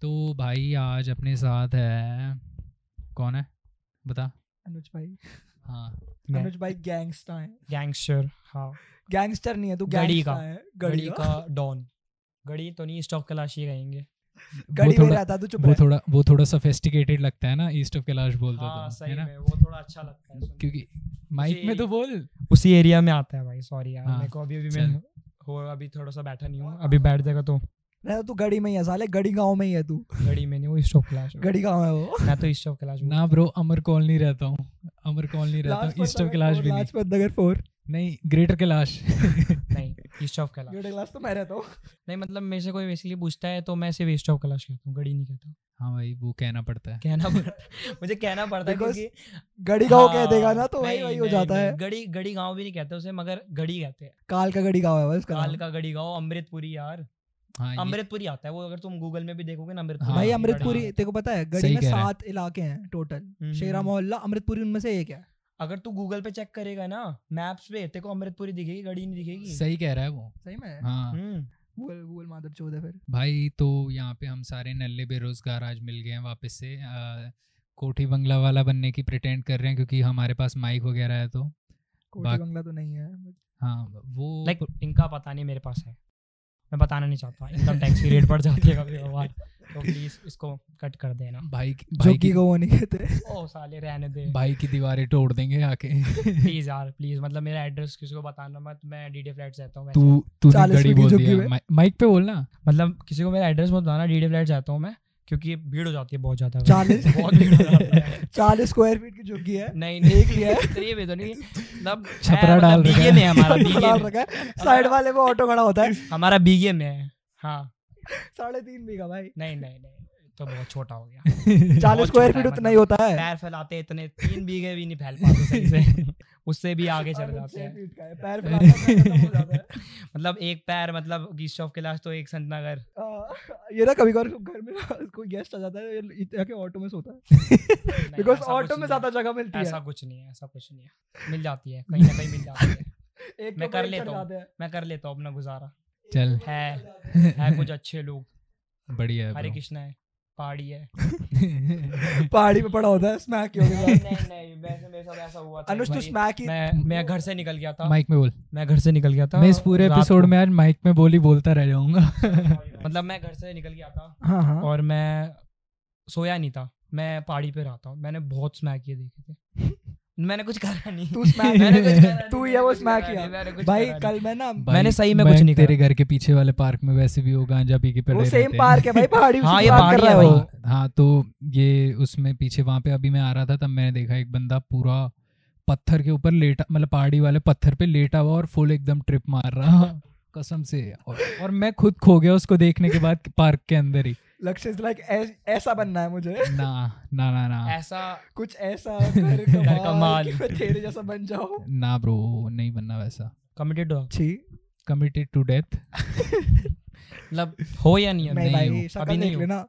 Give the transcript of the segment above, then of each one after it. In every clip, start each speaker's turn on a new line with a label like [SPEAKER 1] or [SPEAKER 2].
[SPEAKER 1] तो भाई आज अपने साथ है कौन है बता
[SPEAKER 2] अनुज भाई
[SPEAKER 1] हाँ
[SPEAKER 3] मैं
[SPEAKER 2] अनुज भाई गैंगस्टर है
[SPEAKER 3] गैंगस्टर हाँ
[SPEAKER 2] गैंगस्टर नहीं है तू
[SPEAKER 3] गड़ी
[SPEAKER 2] गैंगस्टर
[SPEAKER 3] का।
[SPEAKER 2] है
[SPEAKER 3] गड़ी का डॉन गड़ी तो नहीं स्टॉप कैलाश ही कहेंगे
[SPEAKER 1] वो
[SPEAKER 2] गड़ी में
[SPEAKER 1] थोड़ा
[SPEAKER 2] रहता तू चुप
[SPEAKER 1] वो
[SPEAKER 2] रह
[SPEAKER 1] थोड़ा वो थोड़ा सोफिस्टिकेटेड लगता है ना ईस्ट ऑफ कैलाश बोलता
[SPEAKER 3] हाँ
[SPEAKER 1] तो
[SPEAKER 3] सही
[SPEAKER 1] है ना
[SPEAKER 3] में वो थोड़ा अच्छा लगता है सुनने
[SPEAKER 1] क्योंकि माइक में तो बोल
[SPEAKER 3] में। उसी एरिया में आता है भाई सॉरी यार
[SPEAKER 1] हाँ,
[SPEAKER 3] मेरे को अभी अभी
[SPEAKER 1] चल।
[SPEAKER 3] मैं हो अभी थोड़ा सा बैठा नहीं
[SPEAKER 2] हाँ।
[SPEAKER 3] हूँ अभी बैठ जाएगा तो
[SPEAKER 2] रहता तू गड़ी में ही है साले गड़ी गांव में ही है तू
[SPEAKER 3] गड़ी में नहीं वो स्टॉप कैलाश
[SPEAKER 2] गड़ी गांव है वो
[SPEAKER 3] मैं तो स्टॉप कैलाश बोल-
[SPEAKER 1] ना ब्रो अमर कॉलोनी रहता हूँ अमर कॉलोनी रहता हूँ ईस्ट ऑफ कैलाश भी नहीं
[SPEAKER 2] लाजपत नगर 4
[SPEAKER 1] नहीं ग्रेटर कैलाश
[SPEAKER 3] नहीं स्टॉप कैलाश
[SPEAKER 2] गड़ी क्लास तो मैं रहता हूँ
[SPEAKER 3] नहीं मतलब मेरे से कोई बेसिकली पूछता है तो मैं सिर्फ स्टॉप कैलाश कहता हूँ गड़ी नहीं कहता हूँ।
[SPEAKER 1] हाँ भाई वो कहना पड़ता है
[SPEAKER 3] कहना पड़ता मुझे कहना पड़ता है
[SPEAKER 2] Because
[SPEAKER 3] क्योंकि
[SPEAKER 2] गड़ी गांव कह
[SPEAKER 3] हाँ,
[SPEAKER 2] देगा ना तो वही
[SPEAKER 3] नहीं,
[SPEAKER 2] वही हो
[SPEAKER 3] नहीं,
[SPEAKER 2] जाता
[SPEAKER 3] नहीं,
[SPEAKER 2] है
[SPEAKER 3] गड़ी गड़ी गांव भी नहीं कहते उसे मगर गड़ी कहते हैं
[SPEAKER 2] काल का गड़ी गांव है बस उसका
[SPEAKER 3] काल
[SPEAKER 2] नाम।
[SPEAKER 3] का गड़ी गांव अमृतपुरी यार
[SPEAKER 1] हाँ ये-
[SPEAKER 3] अमृतपुरी आता है वो अगर तुम गूगल में भी देखोगे ना
[SPEAKER 1] हाँ,
[SPEAKER 3] अमृतपुरी
[SPEAKER 2] भाई
[SPEAKER 1] ये
[SPEAKER 2] अमृतपुरी
[SPEAKER 3] गड़ी
[SPEAKER 2] तेरे को पता है गड़ी
[SPEAKER 1] सही
[SPEAKER 2] में
[SPEAKER 1] कह रहा है।
[SPEAKER 2] सात इलाके हैं टोटल
[SPEAKER 3] गांव।
[SPEAKER 2] शेरा
[SPEAKER 3] हम्म,
[SPEAKER 2] मोहल्ला अमृतपुरी उनमें से एक है
[SPEAKER 3] अगर तू गूगल पे चेक करेगा ना मैप्स पे तेरे को अमृतपुरी दिखेगी गड़ी नहीं दिखेगी
[SPEAKER 1] सही कह रहा है वो
[SPEAKER 2] सही में
[SPEAKER 1] हाँ
[SPEAKER 3] हम्म,
[SPEAKER 2] गूगल गूगल माधव चौधरी फिर
[SPEAKER 1] भाई तो यहाँ पे हम सारे नल्ले बेरोजगार आज मिल गए हैं वापस से आ, कोठी बंगला वाला बनने की प्रिटेंड कर रहे हैं क्योंकि हमारे पास माइक वगैरह है तो
[SPEAKER 2] कोटी
[SPEAKER 1] बाक-
[SPEAKER 2] बंगला तो नहीं है
[SPEAKER 1] हाँ वो
[SPEAKER 3] लाइक इनका पता नहीं मेरे पास है मैं बताना नहीं चाहता इनकम टैक्स की रेट बढ़ जाती है कभी कभार तो प्लीज इसको कट कर देना
[SPEAKER 1] भाई की- भाई
[SPEAKER 2] जोगी
[SPEAKER 1] की
[SPEAKER 2] को वो नहीं कहते
[SPEAKER 3] ओ साले रहने दे
[SPEAKER 1] भाई की दीवारें तोड़ देंगे आके
[SPEAKER 3] प्लीज यार प्लीज मतलब मेरा एड्रेस किसी को बताना मत मैं डीडी फ्लैट जाता हूँ
[SPEAKER 1] तू तूने
[SPEAKER 2] चालीस
[SPEAKER 1] गड़ी
[SPEAKER 2] फीट की
[SPEAKER 1] बोल
[SPEAKER 2] झुकी
[SPEAKER 1] दिया
[SPEAKER 2] हुई।
[SPEAKER 1] माइ- माइक पे बोलना
[SPEAKER 3] मतलब किसी को मेरा एड्रेस मत बताना डीडी फ्लैट जाता हूँ मैं क्योंकि भीड़ हो जाती है बहुत ज्यादा
[SPEAKER 2] चालीस
[SPEAKER 3] बहुत भीड़ हो जाती है
[SPEAKER 2] चालीस स्क्वायर फीट की झुग्गी है
[SPEAKER 3] नहीं नहीं
[SPEAKER 2] एक लिया है।
[SPEAKER 3] इतने भी तो नहीं मतलब
[SPEAKER 1] छपरा
[SPEAKER 3] है,
[SPEAKER 1] डाल
[SPEAKER 3] मतलब
[SPEAKER 1] रखा
[SPEAKER 3] बीगे
[SPEAKER 1] है।
[SPEAKER 3] में है हमारा
[SPEAKER 2] ऑटो
[SPEAKER 3] बीगे
[SPEAKER 2] खड़ा
[SPEAKER 3] में-
[SPEAKER 2] रखा है साइड वाले में ऑटो खड़ा होता है
[SPEAKER 3] हमारा बीगे में है हाँ
[SPEAKER 2] साढ़े तीन बीघा भाई
[SPEAKER 3] नहीं नहीं नहीं तो बहुत छोटा हो
[SPEAKER 2] चालीस
[SPEAKER 3] गया छोटा
[SPEAKER 2] स्क्वायर फीट
[SPEAKER 3] है मतलब
[SPEAKER 2] उतना ही होता है
[SPEAKER 3] पैर फैलाते इतने तीन बीघे भी नहीं फैल पाते सही से उससे भी आगे चढ़
[SPEAKER 2] साढ़े
[SPEAKER 3] जाते
[SPEAKER 2] छह
[SPEAKER 3] हैं
[SPEAKER 2] फीट का है, पैर फैलाता है, पैर खत्म हो जाता है।
[SPEAKER 3] मतलब एक पैर मतलब गीस्ट ऑफ क्लास तो एक संत नगर
[SPEAKER 2] आ, ये ना कभी कभार घर में ना कोई गेस्ट आ जाता है ये इतना के ऑटो में सोता है
[SPEAKER 3] नहीं,
[SPEAKER 2] बिकॉज
[SPEAKER 3] ऐसा कुछ
[SPEAKER 2] ऑटो में
[SPEAKER 3] नहीं है।
[SPEAKER 2] ज्यादा जगह मिलती
[SPEAKER 3] ऐसा
[SPEAKER 2] है
[SPEAKER 3] कुछ नहीं है ऐसा कुछ नहीं है मिल जाती है कहीं ना कहीं मिल जाती है
[SPEAKER 2] एक तो
[SPEAKER 3] मैं
[SPEAKER 2] के
[SPEAKER 3] कर
[SPEAKER 2] ऊपर एक चढ़
[SPEAKER 3] लेता हूँ।
[SPEAKER 2] जाते हैं।
[SPEAKER 3] मैं कर लेता हूँ अपना गुजारा
[SPEAKER 1] चल
[SPEAKER 3] है है कुछ अच्छे लोग
[SPEAKER 1] बढ़िया है
[SPEAKER 3] हरे
[SPEAKER 1] bro।
[SPEAKER 3] कृष्णा है पहाड़ी है
[SPEAKER 2] पहाड़ी पे पड़ा होता है स्मैक की होगी
[SPEAKER 3] नहीं नहीं नहीं वैसे मेरे साथ ऐसा हुआ था एक
[SPEAKER 2] अनुज तू
[SPEAKER 3] बारी।
[SPEAKER 2] स्मैक ही
[SPEAKER 3] मैं मैं घर से निकल गया था
[SPEAKER 1] माइक में बोल
[SPEAKER 3] मैं घर से निकल गया था
[SPEAKER 1] मैं इस पूरे
[SPEAKER 3] तो रात
[SPEAKER 1] एपिसोड
[SPEAKER 3] को।
[SPEAKER 1] में आज माइक में बोल ही बोलता रह जाऊंगा
[SPEAKER 3] मतलब मैं घर से निकल गया था
[SPEAKER 2] हाँ हाँ
[SPEAKER 3] और मैं सोया नहीं था मैं पहाड़ी पे रहा था मैंने बहुत स्मैक किए देखे थे मैंने कुछ करा नहीं
[SPEAKER 2] तू स्मैक
[SPEAKER 3] मैंने कुछ करा नहीं,
[SPEAKER 2] तू ही
[SPEAKER 3] मैंने
[SPEAKER 2] है वो
[SPEAKER 3] कुछ
[SPEAKER 2] स्मैक
[SPEAKER 3] करा
[SPEAKER 2] ही है।
[SPEAKER 3] नहीं, मैंने कुछ
[SPEAKER 2] भाई
[SPEAKER 3] करा
[SPEAKER 2] कल मैं ना
[SPEAKER 1] भाई,
[SPEAKER 3] मैंने सही में कुछ
[SPEAKER 1] मैं
[SPEAKER 3] नहीं
[SPEAKER 1] तेरे घर के पीछे वाले पार्क में वैसे भी वो गांजा पी के पड़े
[SPEAKER 2] वो
[SPEAKER 1] रहते
[SPEAKER 2] सेम
[SPEAKER 1] हैं।
[SPEAKER 2] पार्क है भाई पहाड़ी
[SPEAKER 3] हाँ,
[SPEAKER 2] उसी
[SPEAKER 3] ये
[SPEAKER 2] की बात कर
[SPEAKER 3] पहाड़ी है
[SPEAKER 2] रहा है
[SPEAKER 3] भाई।
[SPEAKER 2] वो
[SPEAKER 1] हाँ, हाँ तो ये उसमें पीछे वहां पे अभी मैं आ रहा था तब मैंने देखा एक बंदा पूरा पत्थर के ऊपर लेटा मतलब पहाड़ी वाले पत्थर पे लेटा हुआ और फुल एकदम ट्रिप मार रहा कसम से और, और मैं खुद खो गया उसको देखने के बाद पार्क के अंदर ही
[SPEAKER 2] लक्ष्य लाइक ऐसा बनना है मुझे
[SPEAKER 1] ना ना ना
[SPEAKER 3] नहीं।
[SPEAKER 1] ना
[SPEAKER 3] ऐसा
[SPEAKER 2] कुछ ऐसा घर
[SPEAKER 3] घर
[SPEAKER 2] का
[SPEAKER 3] का
[SPEAKER 2] माल
[SPEAKER 3] माल।
[SPEAKER 2] कि मैं तेरे जैसा बन जाऊं
[SPEAKER 1] ना ब्रो नहीं बनना वैसा
[SPEAKER 3] कमिटेड हो
[SPEAKER 2] छी
[SPEAKER 1] कमिटेड टू डेथ
[SPEAKER 3] मतलब हो या नहीं हो
[SPEAKER 2] नहीं
[SPEAKER 1] नहीं
[SPEAKER 2] भाई
[SPEAKER 1] हूँ,
[SPEAKER 2] शक्ल
[SPEAKER 3] अभी नहीं
[SPEAKER 2] देख
[SPEAKER 3] हूँ।
[SPEAKER 2] लेना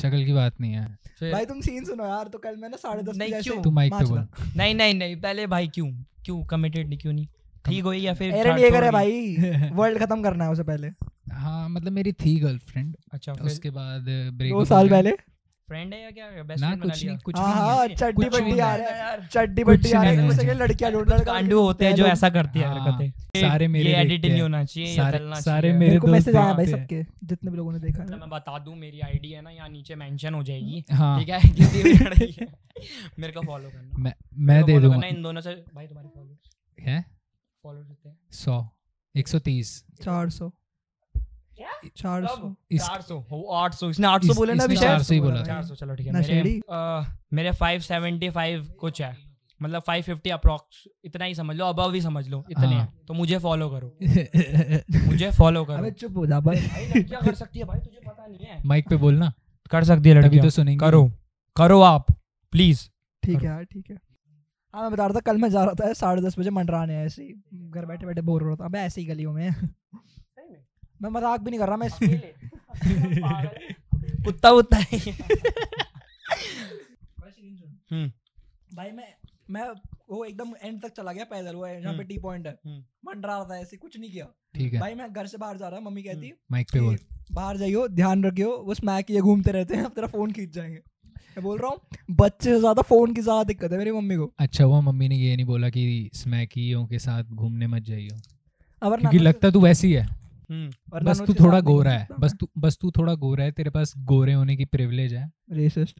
[SPEAKER 1] शक्ल की बात नहीं है
[SPEAKER 3] फिर
[SPEAKER 2] भाई तुम सीन सुनो यार तो कल मैं ना साढ़े दस
[SPEAKER 3] नहीं,
[SPEAKER 2] बजे
[SPEAKER 3] क्यों?
[SPEAKER 1] तू माइक पे
[SPEAKER 2] मार्च
[SPEAKER 1] बोल
[SPEAKER 2] था।
[SPEAKER 3] नहीं नहीं नहीं पहले भाई क्यों क्यों कमिटेड नहीं क्यों नहीं ठीक हुई या फिर
[SPEAKER 2] एरन
[SPEAKER 3] छोड़
[SPEAKER 2] ये करे
[SPEAKER 3] दी?
[SPEAKER 2] भाई वर्ल्ड खत्म करना है उसे पहले
[SPEAKER 1] हाँ मतलब मेरी थी गर्लफ्रेंड
[SPEAKER 3] अच्छा फिर
[SPEAKER 1] उसके बाद ब्रेक
[SPEAKER 2] दो साल पहले
[SPEAKER 3] फ्रेंड है या क्या बेस्ट
[SPEAKER 1] ना
[SPEAKER 3] फ्रेंड बना
[SPEAKER 1] कुछ
[SPEAKER 3] लिया
[SPEAKER 1] नहीं कुछ भी
[SPEAKER 2] हाँ
[SPEAKER 1] नहीं है।
[SPEAKER 2] हाँ चड्डी
[SPEAKER 1] कुछ
[SPEAKER 2] बड्डी
[SPEAKER 1] नहीं
[SPEAKER 2] आ
[SPEAKER 1] है।
[SPEAKER 2] रहा है
[SPEAKER 3] यार
[SPEAKER 2] चड्डी
[SPEAKER 1] कुछ
[SPEAKER 2] बड्डी आ रहा
[SPEAKER 1] नहीं
[SPEAKER 2] है
[SPEAKER 1] है।
[SPEAKER 2] उससे के लड़कियां ढूंढ लड़का
[SPEAKER 3] कांडू होते हैं जो ऐसा करते हैं
[SPEAKER 1] हाँ,
[SPEAKER 3] हरकतें
[SPEAKER 1] सारे मेरे
[SPEAKER 3] ये
[SPEAKER 1] देखते
[SPEAKER 3] एडिट नहीं
[SPEAKER 1] हैं।
[SPEAKER 3] होना चाहिए
[SPEAKER 1] सारे-
[SPEAKER 3] ये चलना
[SPEAKER 1] सारे
[SPEAKER 3] चाहिए।
[SPEAKER 1] मेरे
[SPEAKER 2] मेरे को
[SPEAKER 1] दोस्त
[SPEAKER 2] मैसेज आया
[SPEAKER 1] यहाँ
[SPEAKER 2] भाई
[SPEAKER 1] पे
[SPEAKER 2] सबके जितने भी लोगों ने देखा
[SPEAKER 3] मतलब
[SPEAKER 2] है
[SPEAKER 3] मैं बता दूं मेरी आईडी है ना यहाँ नीचे मेंशन हो जाएगी
[SPEAKER 1] हाँ
[SPEAKER 3] ठीक है किसी भी लड़की है। मेरे को फॉलो करना
[SPEAKER 1] मैं
[SPEAKER 3] मेरे
[SPEAKER 1] मैं
[SPEAKER 3] को
[SPEAKER 1] दे
[SPEAKER 3] follow
[SPEAKER 1] दूंगा
[SPEAKER 3] करना, इन दोनों से भाई तुम्हारे फॉलोअर्स
[SPEAKER 1] है
[SPEAKER 3] फॉलोअर्स कितने हैं?
[SPEAKER 1] सौ एक सौ तीस
[SPEAKER 2] चार सौ
[SPEAKER 3] क्या?
[SPEAKER 2] चार सौ
[SPEAKER 3] कब?
[SPEAKER 1] इस-
[SPEAKER 3] 400 हो 800 इसने 800
[SPEAKER 1] इस-
[SPEAKER 3] बोले
[SPEAKER 1] इसने
[SPEAKER 3] ना अभी
[SPEAKER 1] चार
[SPEAKER 3] शायद
[SPEAKER 1] सौ ही बोला
[SPEAKER 2] था।
[SPEAKER 3] 400 चलो ठीक है
[SPEAKER 2] नशेड़ी।
[SPEAKER 3] मेरे अह, मेरे 575 कुछ है मतलब 550 अप्रॉक्स इतना ही समझ लो अबव ही समझ लो इतने
[SPEAKER 1] हाँ।
[SPEAKER 3] हैं। तो मुझे फॉलो करो
[SPEAKER 1] था
[SPEAKER 3] मुझे फॉलो
[SPEAKER 2] अबे
[SPEAKER 3] करो
[SPEAKER 2] चुप हो जा भाई
[SPEAKER 3] भाई लड़कियां कर सकती है भाई तुझे पता नहीं है
[SPEAKER 1] माइक पे बोलना
[SPEAKER 3] कर सकती है
[SPEAKER 1] तभी
[SPEAKER 3] लड़कियां
[SPEAKER 1] तो सुनेंगे
[SPEAKER 3] करो करो आप प्लीज
[SPEAKER 2] ठीक है
[SPEAKER 3] करो।
[SPEAKER 2] यार ठीक है हाँ मैं बता रहा था कल मैं जा रहा था साढ़े दस बजे मंडराने ऐसे ही घर बैठे बैठे बोर हो रहा था मैं ऐसे ही गलियों में मैं मजाक भी नहीं कर रहा मैं
[SPEAKER 1] हाँ।
[SPEAKER 2] इस-
[SPEAKER 3] कुत्ता उत्ता है
[SPEAKER 2] भाई मैं मैं वो एकदम एंड तक चला गया पैदल वो यहाँ पे
[SPEAKER 3] हम्म,
[SPEAKER 2] टी पॉइंट है
[SPEAKER 3] हम्म।
[SPEAKER 2] मंडरा रहा था ऐसे कुछ नहीं किया
[SPEAKER 1] ठीक है हम्म,
[SPEAKER 2] भाई मैं घर से बाहर जा रहा हूँ मम्मी कहती
[SPEAKER 1] माइक पे बोल
[SPEAKER 2] कि बाहर जाइयो ध्यान रखियो वो स्मैक ये घूमते रहते हैं अब तेरा फोन खींच जाएंगे मैं बोल रहा हूँ बच्चे से ज्यादा फोन की ज्यादा दिक्कत है मेरी मम्मी को
[SPEAKER 1] अच्छा हुआ मम्मी ने ये नहीं बोला कि स्मैकियों के साथ घूमने मत जाइयो
[SPEAKER 2] अब वरना
[SPEAKER 1] क्योंकि
[SPEAKER 2] मैं-
[SPEAKER 1] लगता तू वैसी है
[SPEAKER 3] हम्म
[SPEAKER 2] वरना
[SPEAKER 1] बस
[SPEAKER 2] मैं
[SPEAKER 1] तू
[SPEAKER 2] उसके
[SPEAKER 1] थोड़ा
[SPEAKER 2] साथ नहीं
[SPEAKER 1] गोरा है
[SPEAKER 2] घूमता
[SPEAKER 1] बस
[SPEAKER 2] मैं।
[SPEAKER 1] तू बस तू थोड़ा गोरा है तेरे पास गोरे होने की प्रिविलेज है
[SPEAKER 2] हाँ। Racist.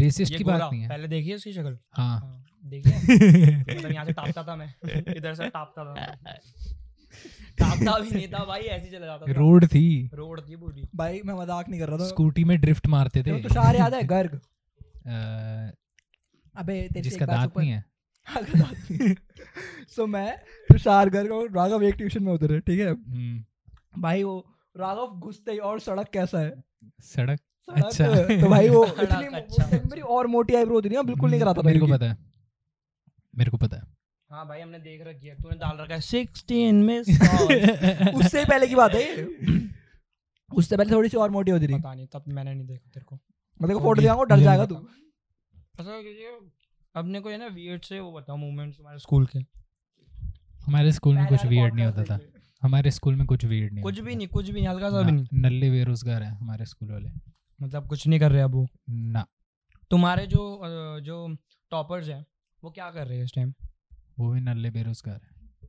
[SPEAKER 1] रेसिस्ट
[SPEAKER 3] ये
[SPEAKER 1] की
[SPEAKER 3] गोरा
[SPEAKER 1] बात नहीं है
[SPEAKER 3] पहले देखिए उसकी शक्ल
[SPEAKER 1] हाँ
[SPEAKER 3] हाँ, देखिए मतलब यहाँ से टापता था मैं इधर से टापता था टापता भी नहीं था भाई ऐसे ही चला जाता था
[SPEAKER 1] रोड थी
[SPEAKER 3] रोड थी पूरी
[SPEAKER 2] भाई मैं मजाक नहीं कर रहा था
[SPEAKER 1] स्कूटी में ड्रिफ्ट मारते थे
[SPEAKER 2] तेरे को तो तुषार याद है गर्ग
[SPEAKER 1] अ,
[SPEAKER 2] अबे तेरे से
[SPEAKER 1] जिसका
[SPEAKER 2] एक बात
[SPEAKER 1] दांत नहीं
[SPEAKER 2] ऊपर
[SPEAKER 1] है
[SPEAKER 2] अगर दांत नहीं है। सो मैं तुषार गर्ग और राघव एक ट्यूशन में उतरे ठीक है
[SPEAKER 1] हम्म,
[SPEAKER 2] भाई वो राघव घुसते ही और सड़क कैसा है
[SPEAKER 1] सड़क
[SPEAKER 2] सड़क,
[SPEAKER 1] अच्छा।
[SPEAKER 2] तो भाई वो
[SPEAKER 3] सड़क
[SPEAKER 2] इतनी वो
[SPEAKER 3] अच्छा।
[SPEAKER 2] सेम मेरी और मोटी आईब्रो थी ना बिल्कुल नहीं
[SPEAKER 1] हम्म,
[SPEAKER 2] कराता
[SPEAKER 1] मेरे को
[SPEAKER 2] भाई
[SPEAKER 1] पता है मेरे को पता
[SPEAKER 3] हाँ भाई हमने देख रखी है तूने डाल रखा है 16 में 100
[SPEAKER 1] है
[SPEAKER 2] उससे ही पहले की बात है ये। उससे पहले थोड़ी सी और मोटी होती रही
[SPEAKER 3] पता नहीं तब मैंने नहीं देखा तेरे को
[SPEAKER 2] मतलब
[SPEAKER 1] होगी,
[SPEAKER 2] फोटो दिखाऊंगा डर
[SPEAKER 1] मुझे
[SPEAKER 2] जाएगा
[SPEAKER 1] नहीं
[SPEAKER 2] तू
[SPEAKER 3] ऐसा क्योंकि अपने को है ना वियर्ड से वो बताओ मूवमेंट्स हमारे स्कूल के
[SPEAKER 1] हमारे स्कूल में
[SPEAKER 2] पहले
[SPEAKER 1] कुछ
[SPEAKER 2] वाले
[SPEAKER 1] वियर्ड नहीं होता
[SPEAKER 2] podcast
[SPEAKER 1] था
[SPEAKER 2] देख ले।
[SPEAKER 1] हमारे स्कूल में कुछ वियर्ड नहीं
[SPEAKER 3] कुछ
[SPEAKER 1] होता
[SPEAKER 3] भी
[SPEAKER 1] था।
[SPEAKER 3] नहीं कुछ भी नहीं हल्का सा भी
[SPEAKER 1] ना,
[SPEAKER 3] नहीं
[SPEAKER 1] नल्ले बेरोजगार है हमारे स्कूल वाले
[SPEAKER 3] मतलब कुछ नहीं कर रहे अब वो
[SPEAKER 1] ना
[SPEAKER 3] तुम्हारे जो अ, जो टॉपर्स हैं वो क्या कर रहे हैं इस टाइम
[SPEAKER 1] वो भी नल्ले बेरोजगार है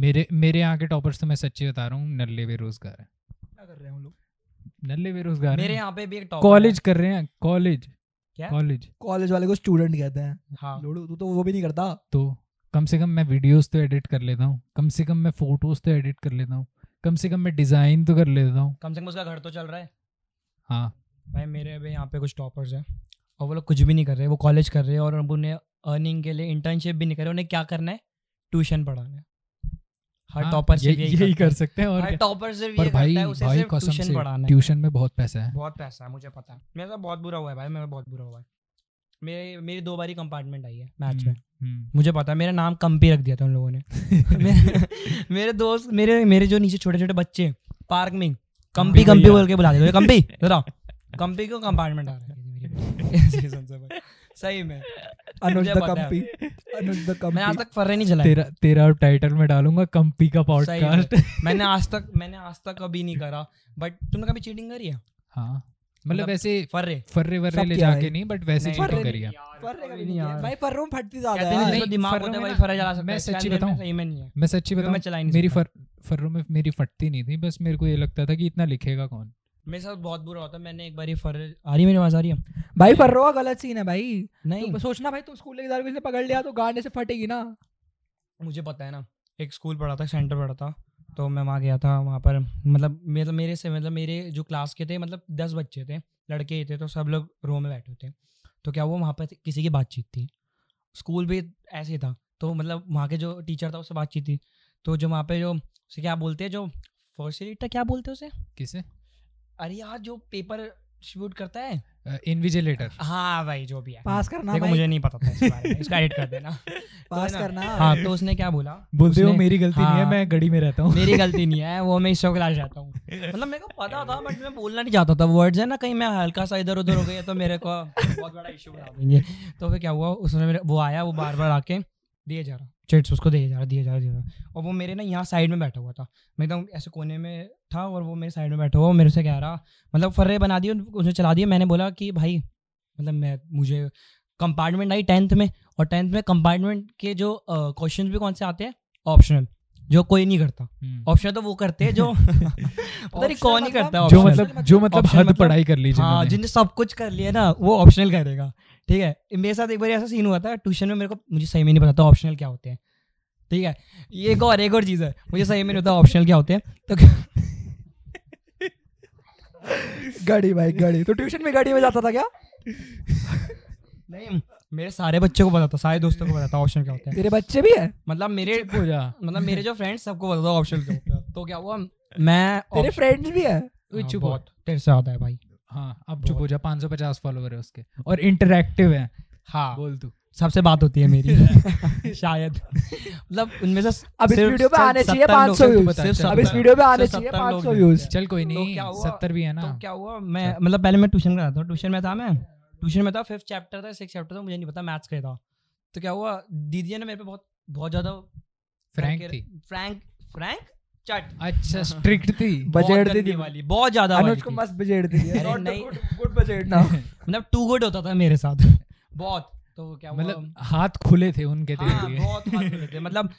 [SPEAKER 1] मेरे मेरे यहाँ के टॉपर्स तो मैं सच्ची बता रहा हूँ नल्ले बेरोजगार है
[SPEAKER 2] क्या कर रहे हैं हम लोग
[SPEAKER 1] नल्ले बेरोजगार
[SPEAKER 3] मेरे
[SPEAKER 1] हैं।
[SPEAKER 3] यहाँ पे भी एक टॉपर
[SPEAKER 1] कॉलेज कर रहे हैं कॉलेज
[SPEAKER 3] क्या?
[SPEAKER 1] कॉलेज
[SPEAKER 2] कॉलेज वाले को स्टूडेंट कहते हैं
[SPEAKER 3] हाँ
[SPEAKER 2] लोडू तू तो वो भी नहीं करता
[SPEAKER 1] तो कम से कम मैं वीडियोस तो एडिट कर लेता हूँ कम से कम मैं फोटोज तो एडिट कर लेता हूँ कम से कम मैं डिजाइन तो कर लेता हूँ
[SPEAKER 3] कम से कम उसका घर तो चल रहा है
[SPEAKER 1] हाँ
[SPEAKER 3] भाई मेरे भी यहाँ पे कुछ टॉपर्स हैं और वो लोग कुछ भी नहीं कर रहे वो कॉलेज कर रहे हैं और अब उन्हें अर्निंग के लिए इंटर्नशिप भी नहीं कर रहे उन्हें क्या करना है ट्यूशन पढ़ाना है हर
[SPEAKER 1] हाँ,
[SPEAKER 3] टॉपर
[SPEAKER 1] ये-
[SPEAKER 3] सिर्फ यही
[SPEAKER 1] यही
[SPEAKER 3] करता
[SPEAKER 1] कर सकते हैं
[SPEAKER 3] है।
[SPEAKER 1] और
[SPEAKER 3] हर
[SPEAKER 1] क्या?
[SPEAKER 3] टॉपर सिर्फ
[SPEAKER 1] पर
[SPEAKER 3] ये
[SPEAKER 1] भाई
[SPEAKER 3] करता है उसे
[SPEAKER 1] भाई
[SPEAKER 3] सिर्फ
[SPEAKER 1] कसम
[SPEAKER 3] ट्यूशन
[SPEAKER 1] से
[SPEAKER 3] पढ़ाना है
[SPEAKER 1] ट्यूशन में बहुत पैसा है
[SPEAKER 3] बहुत पैसा है मुझे पता है मेरे साथ बहुत बुरा हुआ है भाई मेरा बहुत बुरा हुआ है मेरे मेरी दो बारी कंपार्टमेंट आई है मैच में
[SPEAKER 1] हम्म,
[SPEAKER 3] मुझे पता है मेरा नाम कंपी रख दिया था उन लोगों ने
[SPEAKER 1] हम्म।
[SPEAKER 3] मेरे, मेरे दोस्त मेरे मेरे जो नीचे छोटे छोटे बच्चे हैं, पार्क में कंपी
[SPEAKER 1] कंपी
[SPEAKER 3] कंपी
[SPEAKER 1] भैया।
[SPEAKER 3] बोल के बुला देते कंपी जरा कंपी क्यों कंपार्टमेंट आ रहा है मेरी- इस reason से भाई। सही में
[SPEAKER 2] अनुज
[SPEAKER 3] मुझे
[SPEAKER 2] द
[SPEAKER 3] पता है।
[SPEAKER 2] कंपी अनुज द
[SPEAKER 3] मैंने आज
[SPEAKER 2] कंपी
[SPEAKER 3] तक फर्रे नहीं चलाया
[SPEAKER 1] तेरा तेरा टाइटल में डालूंगा कंपी का
[SPEAKER 3] सही
[SPEAKER 1] पॉडकास्ट
[SPEAKER 3] में। मैंने आज तक मैंने आज तक कभी नहीं करा बट तुमने कभी चीटिंग करी है
[SPEAKER 1] हाँ
[SPEAKER 3] मतलब
[SPEAKER 1] मतलब ऐसे
[SPEAKER 3] फर्रे
[SPEAKER 1] फर्रे वर्रे
[SPEAKER 2] सब
[SPEAKER 1] ले
[SPEAKER 2] किया
[SPEAKER 1] जाके
[SPEAKER 2] है।
[SPEAKER 1] नहीं बट वैसे
[SPEAKER 3] नहीं,
[SPEAKER 1] चीटिंग
[SPEAKER 2] फर्रे
[SPEAKER 1] करी है
[SPEAKER 2] फर्रे कभी
[SPEAKER 3] नहीं
[SPEAKER 2] नहीं
[SPEAKER 3] यार।
[SPEAKER 2] भाई फर्रों में फटती ज्यादा
[SPEAKER 3] कहते हैं
[SPEAKER 2] है
[SPEAKER 3] ना,
[SPEAKER 1] नहीं,
[SPEAKER 3] जिसको दिमाग
[SPEAKER 1] फर्रों
[SPEAKER 3] होता
[SPEAKER 1] में
[SPEAKER 3] है भाई
[SPEAKER 1] ना-
[SPEAKER 3] फर्रा जला सकता
[SPEAKER 1] मैं
[SPEAKER 3] है
[SPEAKER 1] सच्ची
[SPEAKER 3] इसके अंदर
[SPEAKER 1] बताऊं।
[SPEAKER 3] में सही में नहीं है
[SPEAKER 1] मैं सच्ची
[SPEAKER 3] क्योंकि मैं
[SPEAKER 1] बताऊं
[SPEAKER 3] चला ही नहीं
[SPEAKER 1] मेरी
[SPEAKER 3] सकता।
[SPEAKER 1] फर फर्रों में मेरी फटती नहीं थी बस मेरे को ये लगता था कि इतना लिखेगा कौन
[SPEAKER 3] मेरे साथ बहुत बुरा होता है मैंने एक बार फर्रे आ रही है मेरी आवाज आ रही है
[SPEAKER 2] भाई फर्रों का गलत सीन है भाई
[SPEAKER 3] नहीं
[SPEAKER 2] तो सोचना भाई तू स्कूल लेके जा रहा है, किसी ने पकड़ लिया तो गाने से फटेगी ना
[SPEAKER 3] मुझे पता है ना एक स्कूल पढ़ा था सेंटर पढ़ा था तो मैं वहाँ गया था वहाँ पर मतलब मेरे मेरे से मतलब मेरे जो क्लास के थे मतलब दस बच्चे थे लड़के ही थे तो सब लोग रो में बैठे थे तो क्या वो वहाँ पर किसी की बातचीत थी स्कूल भी ऐसे ही था तो मतलब वहाँ के जो टीचर था उससे बातचीत थी तो जो वहाँ पे जो उसे क्या बोलते हैं जो फर्स्ट ईयर क्या बोलते हैं उसे
[SPEAKER 1] किसे
[SPEAKER 3] अरे यार जो पेपर डिस्ट्रीब्यूट करता है
[SPEAKER 1] इनविजिलेटर
[SPEAKER 3] हाँ भाई जो भी है
[SPEAKER 2] पास करना
[SPEAKER 3] देखो
[SPEAKER 2] भाई,
[SPEAKER 3] मुझे नहीं पता था इसके बारे में इसका एडिट कर देना
[SPEAKER 2] पास
[SPEAKER 3] ना-
[SPEAKER 2] करना
[SPEAKER 3] हाँ तो उसने क्या बोला
[SPEAKER 1] बोलते हो
[SPEAKER 3] उसने-
[SPEAKER 1] मेरी गलती नहीं है
[SPEAKER 3] हाँ।
[SPEAKER 1] मैं गड़ी में रहता हूँ
[SPEAKER 3] मेरी गलती नहीं है वो मैं ईश्वर के लाल जाता हूँ मतलब मेरे को पता था बट मैं बोलना नहीं चाहता था वर्ड्स है ना कहीं मैं हल्का सा इधर उधर हो गया तो मेरे को बहुत बड़ा इशू बना देंगे तो फिर क्या हुआ उसने मेरे वो आया वो बार बार आके दिए जा रहा चिट्स उसको दिए जा रहा दिए जा रहा दिए जा रहा और वो मेरे ना यहाँ साइड में बैठा हुआ था मैं एकदम ऐसे कोने में था और वो मेरे साइड में बैठा हुआ वो मेरे से कह रहा मतलब फर्रे बना दिए उसने चला दिया मैंने बोला कि भाई मतलब मैं मुझे कंपार्टमेंट आई टेंथ में और टेंथ में कंपार्टमेंट के जो क्वेश्चन भी कौन से आते हैं ऑप्शनल जो कोई नहीं करता
[SPEAKER 1] हम्म।
[SPEAKER 3] ऑप्शन तो वो करते हैं जो पता नहीं कौन ही
[SPEAKER 2] Optional
[SPEAKER 3] करता
[SPEAKER 2] मतलब-
[SPEAKER 1] जो
[SPEAKER 3] optional।
[SPEAKER 1] मतलब जो मतलब
[SPEAKER 3] Option
[SPEAKER 1] हद
[SPEAKER 3] मतलब-
[SPEAKER 1] पढ़ाई कर ली
[SPEAKER 3] हाँ
[SPEAKER 1] जिन्होंने
[SPEAKER 3] जिनने सब कुछ कर लिया ना वो ऑप्शनल करेगा ठीक है मेरे साथ एक बार ऐसा सीन हुआ था ट्यूशन में मेरे को मुझे सही में नहीं पता था ऑप्शनल क्या होते हैं ठीक है ये एक और एक और चीज़ है मुझे सही में नहीं पता ऑप्शनल क्या होते हैं तो क्या-
[SPEAKER 2] गड़ी भाई गड़ी तो ट्यूशन में गड़ी में जाता था क्या
[SPEAKER 3] नहीं मेरे सारे बच्चों को पता था सारे दोस्तों को पता था ऑप्शन क्या होते हैं
[SPEAKER 2] तेरे बच्चे भी है
[SPEAKER 3] मतलब मेरे
[SPEAKER 1] हो जा
[SPEAKER 3] मतलब मेरे जो फ्रेंड्स सबको पता था ऑप्शन क्या होता है तो क्या हुआ मैं
[SPEAKER 2] तेरे फ्रेंड्स भी है
[SPEAKER 1] ओए,
[SPEAKER 3] हाँ,
[SPEAKER 1] चुप हो।
[SPEAKER 3] बहुत तेरे से आता है भाई
[SPEAKER 1] हाँ अब चुप हो जा 550 फॉलोवर है उसके और इंटरेक्टिव है
[SPEAKER 3] हाँ
[SPEAKER 1] बोल तू
[SPEAKER 3] सबसे बात होती है मेरी शायद मतलब उनमें से
[SPEAKER 2] अब इस
[SPEAKER 3] सिर्फ-
[SPEAKER 2] वीडियो पे
[SPEAKER 3] सिर्फ
[SPEAKER 2] आने चाहिए
[SPEAKER 3] सत्तर
[SPEAKER 2] 500
[SPEAKER 3] लोग-
[SPEAKER 2] व्यूज
[SPEAKER 1] बता,
[SPEAKER 3] सिर्फ
[SPEAKER 1] चल,
[SPEAKER 2] अब इस
[SPEAKER 1] सत्तर-
[SPEAKER 2] वीडियो पे आने
[SPEAKER 3] सिर्फ
[SPEAKER 2] चाहिए
[SPEAKER 3] सत्तर
[SPEAKER 2] 500
[SPEAKER 3] लोग
[SPEAKER 2] व्यूज
[SPEAKER 3] हैं।
[SPEAKER 1] चल कोई
[SPEAKER 3] तो
[SPEAKER 1] नहीं
[SPEAKER 3] क्या हुआ?
[SPEAKER 1] सत्तर भी है ना
[SPEAKER 3] तो क्या हुआ मैं मतलब पहले मैं ट्यूशन में था ट्यूशन में था मैं ट्यूशन में था फिफ्थ चैप्टर था सिक्स चैप्टर था मुझे नहीं पता मैथ्स का ही था तो क्या हुआ दीदी ने मेरे पे बहुत बहुत ज्यादा
[SPEAKER 1] फ्रैंक थी
[SPEAKER 3] फ्रैंक फ्रैंक चट
[SPEAKER 1] अच्छा स्ट्रिक्ट थी
[SPEAKER 3] बहुत
[SPEAKER 2] बजेट दे
[SPEAKER 3] गंदी
[SPEAKER 2] दी
[SPEAKER 3] वाली बहुत ज्यादा वाली
[SPEAKER 2] अनुज को
[SPEAKER 3] थी।
[SPEAKER 2] मस्त बजेट दी है
[SPEAKER 3] अरे नहीं।
[SPEAKER 2] गुड बजेट ना
[SPEAKER 3] मतलब टू गुड होता था मेरे साथ बहुत तो क्या हुआ
[SPEAKER 1] मतलब हाथ खुले थे उनके तेरे
[SPEAKER 3] हाँ,
[SPEAKER 1] लिए
[SPEAKER 3] बहुत हाथ खुले थे मतलब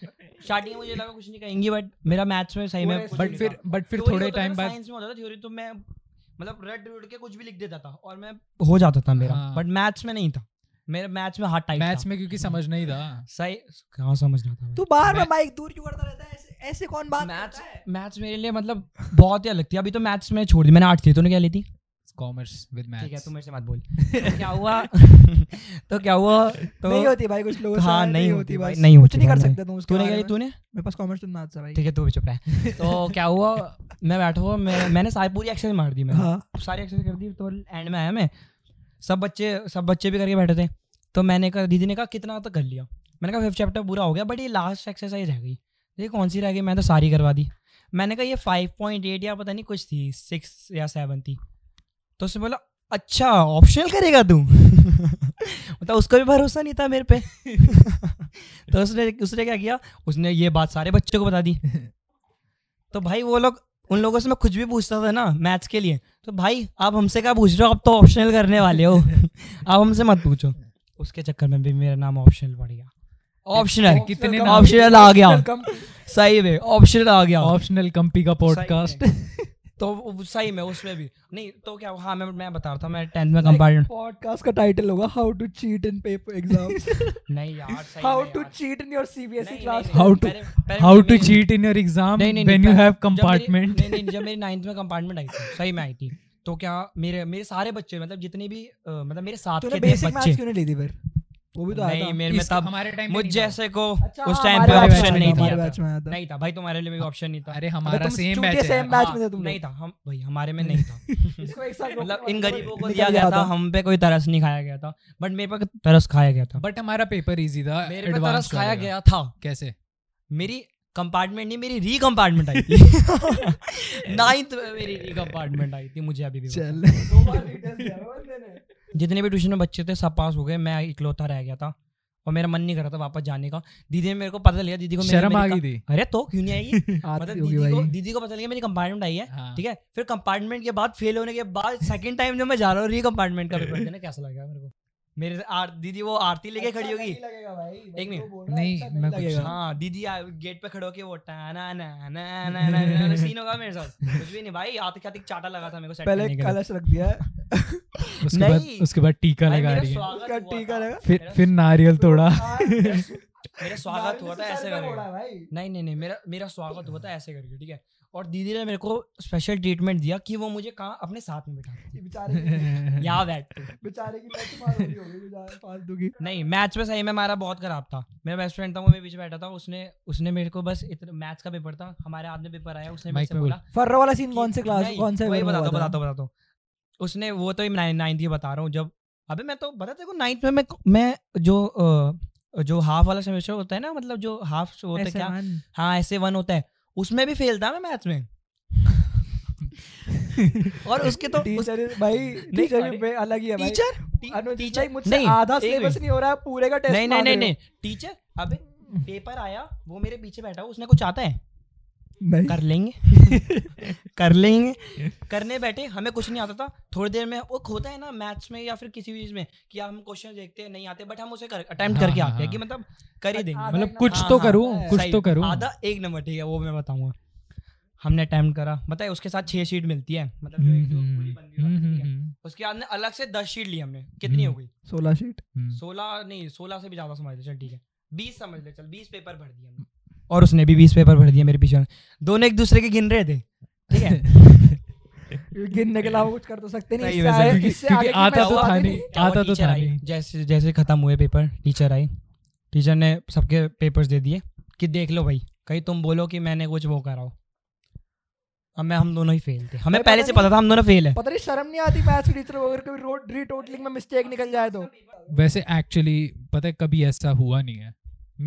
[SPEAKER 3] स्टार्टिंग में मुझे लगा कुछ नहीं कहेंगी बट मेरा मैथ्स में सही में
[SPEAKER 2] पूरा
[SPEAKER 3] कुछ
[SPEAKER 1] बट
[SPEAKER 3] नहीं
[SPEAKER 1] फिर
[SPEAKER 3] था।
[SPEAKER 1] बट फिर
[SPEAKER 3] Theory
[SPEAKER 1] थोड़े
[SPEAKER 3] तो होता था
[SPEAKER 1] टाइम
[SPEAKER 3] ना,
[SPEAKER 1] बाद
[SPEAKER 3] science में होता था थ्योरी तो मैं मतलब रेड रेड के कुछ भी लिख देता था और मैं हो जाता था मेरा
[SPEAKER 1] हाँ।
[SPEAKER 3] बट मैथ्स में नहीं था मेरा मैथ्स में हार्ड टाइप
[SPEAKER 1] मैथ्स
[SPEAKER 3] था
[SPEAKER 1] में क्योंकि समझना ही था
[SPEAKER 3] सही कहाँ समझना था
[SPEAKER 2] तू बाहर में
[SPEAKER 1] मैं-
[SPEAKER 2] माइक दूर क्यों करता रहता है ऐसे ऐसे कौन बात
[SPEAKER 3] मैथ्स
[SPEAKER 2] करता है
[SPEAKER 3] मैथ्स मेरे लिए मतलब बहुत ही अलग थी अभी तो मैथ्स में छोड़ दी मैंने आर्ट्स ली तूने क्या ली थी
[SPEAKER 1] कॉमर्स विद
[SPEAKER 3] ठीक है
[SPEAKER 1] मैथ्स
[SPEAKER 3] तू मेरे से मत बोल तो क्या हुआ तो क्या हुआ तो
[SPEAKER 2] नहीं होती भाई कुछ लोगों से
[SPEAKER 3] हाँ,
[SPEAKER 2] यार,
[SPEAKER 3] नहीं होती
[SPEAKER 2] होती
[SPEAKER 3] भाई,
[SPEAKER 2] बस।
[SPEAKER 3] नहीं
[SPEAKER 2] कुछ
[SPEAKER 3] होती
[SPEAKER 2] नहीं कर
[SPEAKER 3] भाई।
[SPEAKER 2] सकता तुम उसके
[SPEAKER 3] तूने क्या
[SPEAKER 2] बारे
[SPEAKER 3] ली
[SPEAKER 2] में।
[SPEAKER 3] तूने
[SPEAKER 2] मेरे पास कॉमर्स तो मैथ्स है भाई
[SPEAKER 3] हाँ, ठीक है तू भी चुप रहा तो क्या हुआ मैं बैठा हुआ मैं, मैंने सारी पूरी एक्सरसाइज मार दी मैंने
[SPEAKER 2] हाँ
[SPEAKER 3] सारी एक्सरसाइज कर दी तो एंड में आया मैं सब बच्चे सब बच्चे भी करके बैठे थे तो मैंने कहा दीदी ने कहा कितना तक कर लिया मैंने कहा फिफ्थ चैप्टर पूरा हो गया बट ये लास्ट एक्सरसाइज रह गई ये कौन सी रह गई मैंने तो सारी करवा दी मैंने कहा ये फाइव पॉइंट एट या पता नहीं कुछ थी सिक्स या सेवन थी तो उसने बोला अच्छा ऑप्शनल करेगा तू मतलब उसको भी भरोसा नहीं था मेरे पे तो उसने उसने क्या किया उसने ये बात सारे बच्चों को बता दी तो भाई वो लोग उन लोगों से मैं कुछ भी पूछता था ना मैथ्स के लिए तो भाई आप हमसे क्या पूछ रहे हो आप तो ऑप्शनल करने वाले हो आप हमसे मत पूछो उसके चक्कर में भी मेरा नाम ऑप्शनल पड़ गया ऑप्शनल
[SPEAKER 1] कितने
[SPEAKER 2] Optional
[SPEAKER 1] नाम-
[SPEAKER 3] optional आ गया।
[SPEAKER 2] Optional कम-
[SPEAKER 3] सही में ऑप्शनल आ गया
[SPEAKER 1] ऑप्शनल कंपी का पॉडकास्ट
[SPEAKER 3] तो वो- सही में उसमें भी नहीं तो क्या हाँ मैं मैं बता रहा था मैं टेंथ में कंपार्टमेंट
[SPEAKER 2] पॉडकास्ट का टाइटल होगा how to cheat in paper exams
[SPEAKER 3] नहीं यार सही
[SPEAKER 2] हाउ
[SPEAKER 3] में
[SPEAKER 2] टू
[SPEAKER 3] यार।
[SPEAKER 2] चीट इन योर सीबीएसई
[SPEAKER 3] नहीं,
[SPEAKER 2] क्लास
[SPEAKER 3] नहीं,
[SPEAKER 1] How to-
[SPEAKER 3] पहले- पहले
[SPEAKER 1] हाउ टू
[SPEAKER 3] मेरी-
[SPEAKER 1] चीट इन योर एग्जाम
[SPEAKER 3] नहीं, नहीं,
[SPEAKER 1] व्हेन
[SPEAKER 3] नहीं,
[SPEAKER 1] यू हैव
[SPEAKER 3] जब मेरी-
[SPEAKER 1] कंपार्टमेंट
[SPEAKER 3] नहीं नहीं जब मेरी नाइन्थ में कंपार्टमेंट आई थी सही में आई थी तो क्या मेरे मेरे सारे बच्चे मतलब जितने भी अ, मतलब मेरे साथ
[SPEAKER 2] तूने
[SPEAKER 3] के थे
[SPEAKER 2] बेसिक
[SPEAKER 3] बच्चे
[SPEAKER 2] मैथ्स क्यों नहीं ली थी फिर वो भी तो आया
[SPEAKER 3] नहीं
[SPEAKER 2] था
[SPEAKER 3] मेरे में तब
[SPEAKER 1] हमारे टाइम
[SPEAKER 3] मुझ जैसे को
[SPEAKER 2] अच्छा,
[SPEAKER 3] उस
[SPEAKER 2] हाँ,
[SPEAKER 3] टाइम
[SPEAKER 2] हमारे
[SPEAKER 3] पे
[SPEAKER 2] batch
[SPEAKER 3] ऑप्शन
[SPEAKER 2] में
[SPEAKER 3] नहीं
[SPEAKER 2] था, हमारे
[SPEAKER 3] था
[SPEAKER 2] batch में आया था
[SPEAKER 3] नहीं था भाई तुम्हारे लिए भी ऑप्शन नहीं था
[SPEAKER 1] अरे हमारा
[SPEAKER 2] तुम
[SPEAKER 1] सेम
[SPEAKER 2] चूतिए
[SPEAKER 1] बैच है
[SPEAKER 2] same batch
[SPEAKER 3] हाँ,
[SPEAKER 2] में थे तुम
[SPEAKER 3] नहीं
[SPEAKER 2] लोग।
[SPEAKER 3] था हम भाई हमारे में नहीं था
[SPEAKER 2] इसको एक साथ
[SPEAKER 3] मतलब
[SPEAKER 2] रोकने
[SPEAKER 3] इन
[SPEAKER 2] वाला
[SPEAKER 3] गरीबों को
[SPEAKER 2] निकल
[SPEAKER 3] दिया गया था हम पे कोई तरस नहीं खाया गया था बट मेरे पे तरस खाया गया था
[SPEAKER 1] बट हमारा पेपर इजी था
[SPEAKER 3] मेरे पे
[SPEAKER 1] advanced
[SPEAKER 3] तरस खाया
[SPEAKER 1] वाले का।
[SPEAKER 3] गया तो था
[SPEAKER 1] कैसे
[SPEAKER 3] मेरी कंपार्टमेंट नहीं मेरी री कंपार्टमेंट आई थी नाइन्थ में मेरी री कंपार्टमेंट आई थी मुझे अभी भी पता है।
[SPEAKER 2] चल दो बार details दिया हुआ है मैंने।
[SPEAKER 3] जितने भी ट्यूशन में बच्चे थे सब पास हो गए मैं इकलौता रह गया था और मेरा मन नहीं कर रहा था वापस जाने का दीदी ने मेरे को पता लिया दीदी को मेरे-
[SPEAKER 1] शर्म
[SPEAKER 3] मेरी
[SPEAKER 1] आ
[SPEAKER 3] का-
[SPEAKER 1] गई थी
[SPEAKER 3] अरे तो क्यों नहीं आएगी मतलब
[SPEAKER 2] आती होगी
[SPEAKER 3] दीदी को
[SPEAKER 2] भाई
[SPEAKER 3] दीदी को पता लगा मेरी कंपार्टमेंट आई है
[SPEAKER 1] हाँ।
[SPEAKER 3] ठीक है फिर कंपार्टमेंट के बाद फेल होने के बाद सेकंड टाइम जब मैं जा रहा हूँ री कंपार्टमेंट का पेपर देने कैसा लगा मेरे को मेरे से आर, दीदी वो आरती लेके खड़ी होगी
[SPEAKER 2] अच्छा,
[SPEAKER 3] एक
[SPEAKER 2] एक
[SPEAKER 3] मिनट।
[SPEAKER 1] नहीं, मैं कुछ- अच्छा लगेगा। अच्छा।
[SPEAKER 3] हाँ दीदी गेट पे खड़े होके वो टाना ना ना ना ना ना ना सीन होगा मेरे साथ कुछ भी नहीं भाई आते आते चाटा लगा था मेरे को सेट
[SPEAKER 2] पहले
[SPEAKER 3] करने के लिए
[SPEAKER 2] कलश रख दिया है
[SPEAKER 1] उसके बाद
[SPEAKER 3] नहीं।
[SPEAKER 1] उसके बाद टीका
[SPEAKER 3] भाई,
[SPEAKER 1] लगा
[SPEAKER 3] मेरा
[SPEAKER 1] रही है
[SPEAKER 2] उसका
[SPEAKER 3] स्वागत हुआ
[SPEAKER 2] टीका
[SPEAKER 3] था।
[SPEAKER 2] लगा।
[SPEAKER 1] फिर
[SPEAKER 3] मेरा- तो
[SPEAKER 1] फिर नारियल तोड़ा
[SPEAKER 2] हाँ,
[SPEAKER 3] मेरा स्व- मेरा स्वागत हुआ था
[SPEAKER 2] नारियल
[SPEAKER 3] ऐसे
[SPEAKER 2] से सर पे
[SPEAKER 3] करके
[SPEAKER 2] फोड़ा है भाई
[SPEAKER 3] नहीं नहीं नहीं मेरा मेरा स्वागत हुआ था ऐसे करके ठीक है और दीदी ने मेरे को स्पेशल ट्रीटमेंट दिया कि वो मुझे कहाँ अपने साथ में बिठा
[SPEAKER 2] ये बेचारे की
[SPEAKER 3] या बैठ तू।
[SPEAKER 2] बेचारे की लत मार रही होगी बेचारे फालतू की
[SPEAKER 3] नहीं मैथ्स में सही में हमारा बहुत खराब था मेरा बेस्ट फ्रेंड था वो मेरे पीछे बैठा था उसने उसने मेरे को बस इतना मैथ्स का पेपर था हमारे हाथ में पेपर आया उसने मेरे
[SPEAKER 1] Mic
[SPEAKER 3] से
[SPEAKER 1] में
[SPEAKER 3] बोला
[SPEAKER 2] फर्रो वाला सीन
[SPEAKER 3] कि-
[SPEAKER 2] कौन से क्लास
[SPEAKER 3] नहीं,
[SPEAKER 2] कौन से
[SPEAKER 3] वही
[SPEAKER 2] घर में हुआ
[SPEAKER 3] बताता
[SPEAKER 2] था?
[SPEAKER 3] बताता बताता हूँ। उसने वो तो नाइन्थ ही बता रहा हूँ जब अबे मैं तो बता तेरे को नाइन्थ में मैं मैं जो अ, जो हाफ वाला सेमेस्टर होता है ना मतलब जो हाफ होता है
[SPEAKER 2] ऐसे
[SPEAKER 3] क्या
[SPEAKER 2] मान।
[SPEAKER 3] हाँ ऐसे वन होता है उसमें भी फेल था मैं मैथ्स में और उसके तो उस-
[SPEAKER 2] टीचर भाई टीचर पे अलग ही है भाई
[SPEAKER 3] टीचर टी-
[SPEAKER 2] अनुज
[SPEAKER 3] टीचर
[SPEAKER 2] भाई मुझसे
[SPEAKER 3] नहीं,
[SPEAKER 2] आधा
[SPEAKER 3] एक
[SPEAKER 2] सिलेबस
[SPEAKER 3] मिनट।
[SPEAKER 2] नहीं हो रहा है पूरे का टेस्ट
[SPEAKER 3] नहीं नहीं नहीं नहीं टीचर अबे पेपर आया वो मेरे पीछे बैठा हुआ, उसने कुछ आता है
[SPEAKER 2] नहीं
[SPEAKER 3] कर लेंगे कर लेंगे करने बैठे हमें कुछ नहीं आता था थोड़ी देर में वो होता है ना मैथ्स में या फिर किसी भी चीज में कि हम क्वेश्चन देखते हैं नहीं आते बट हम उसे कर, अटेम्प्ट
[SPEAKER 1] हाँ,
[SPEAKER 3] करके
[SPEAKER 1] हाँ,
[SPEAKER 3] आते हैं
[SPEAKER 1] हाँ।
[SPEAKER 3] कि मतलब कर ही देंगे
[SPEAKER 2] आधा हाँ,
[SPEAKER 1] मतलब
[SPEAKER 2] एक
[SPEAKER 1] कुछ
[SPEAKER 2] नंबर
[SPEAKER 1] तो
[SPEAKER 2] आता
[SPEAKER 1] करूं,
[SPEAKER 2] है।
[SPEAKER 1] कुछ
[SPEAKER 3] हाँ, सही,
[SPEAKER 1] तो करूं।
[SPEAKER 3] आधा एक नंबर ठीक है वो मैं बताऊंगा हमने अटेम्प्ट करा बताए उसके साथ छह शीट मिलती है मतलब
[SPEAKER 1] हम्म,
[SPEAKER 3] जो एक जो पूरी बन गई होती है, ठीक है। उसके बाद में अलग से दस शीट ली हमने कितनी हो
[SPEAKER 1] हम्म।
[SPEAKER 3] गई
[SPEAKER 2] सोलह शीट
[SPEAKER 3] सोलह नहीं सोलह से भी ज्यादा समझ ले चल ठीक है बीस समझ ले चल बीस पेपर भर दिए हमने और उसने भी बीस पेपर भर दिए मेरे पीछे दोनों एक दूसरे के गिन रहे थे ठीक है
[SPEAKER 2] गिनने के अलावा कुछ कर तो सकते नहीं
[SPEAKER 3] सही
[SPEAKER 2] इससे
[SPEAKER 3] है,
[SPEAKER 2] आए-
[SPEAKER 1] क्योंकि-
[SPEAKER 2] इससे
[SPEAKER 1] क्योंकि
[SPEAKER 2] आगे की
[SPEAKER 1] आता
[SPEAKER 2] मैं
[SPEAKER 1] तो
[SPEAKER 2] बात
[SPEAKER 1] था
[SPEAKER 2] ही
[SPEAKER 1] नहीं
[SPEAKER 3] क्या हुआ,
[SPEAKER 1] आता तो
[SPEAKER 3] टीचर
[SPEAKER 1] था
[SPEAKER 3] आई,
[SPEAKER 1] नहीं
[SPEAKER 3] जैसे जैसे खत्म हुए पेपर टीचर आई टीचर ने सबके पेपर्स दे दिए कि देख लो भाई कहीं तुम बोलो कि मैंने कुछ वो करा हो अब मैं हम दोनों ही फेल थे हमें
[SPEAKER 2] भाई,
[SPEAKER 3] पहले
[SPEAKER 2] पता
[SPEAKER 3] से
[SPEAKER 2] नहीं-
[SPEAKER 3] पता था हम दोनों फेल है
[SPEAKER 2] पता नहीं शर्म नहीं आती मैथ्स टीचर को अगर कभी रोड री टोटलिंग में मिस्टेक निकल जाए तो
[SPEAKER 1] वैसे एक्चुअली पता है कभी ऐसा हुआ नहीं है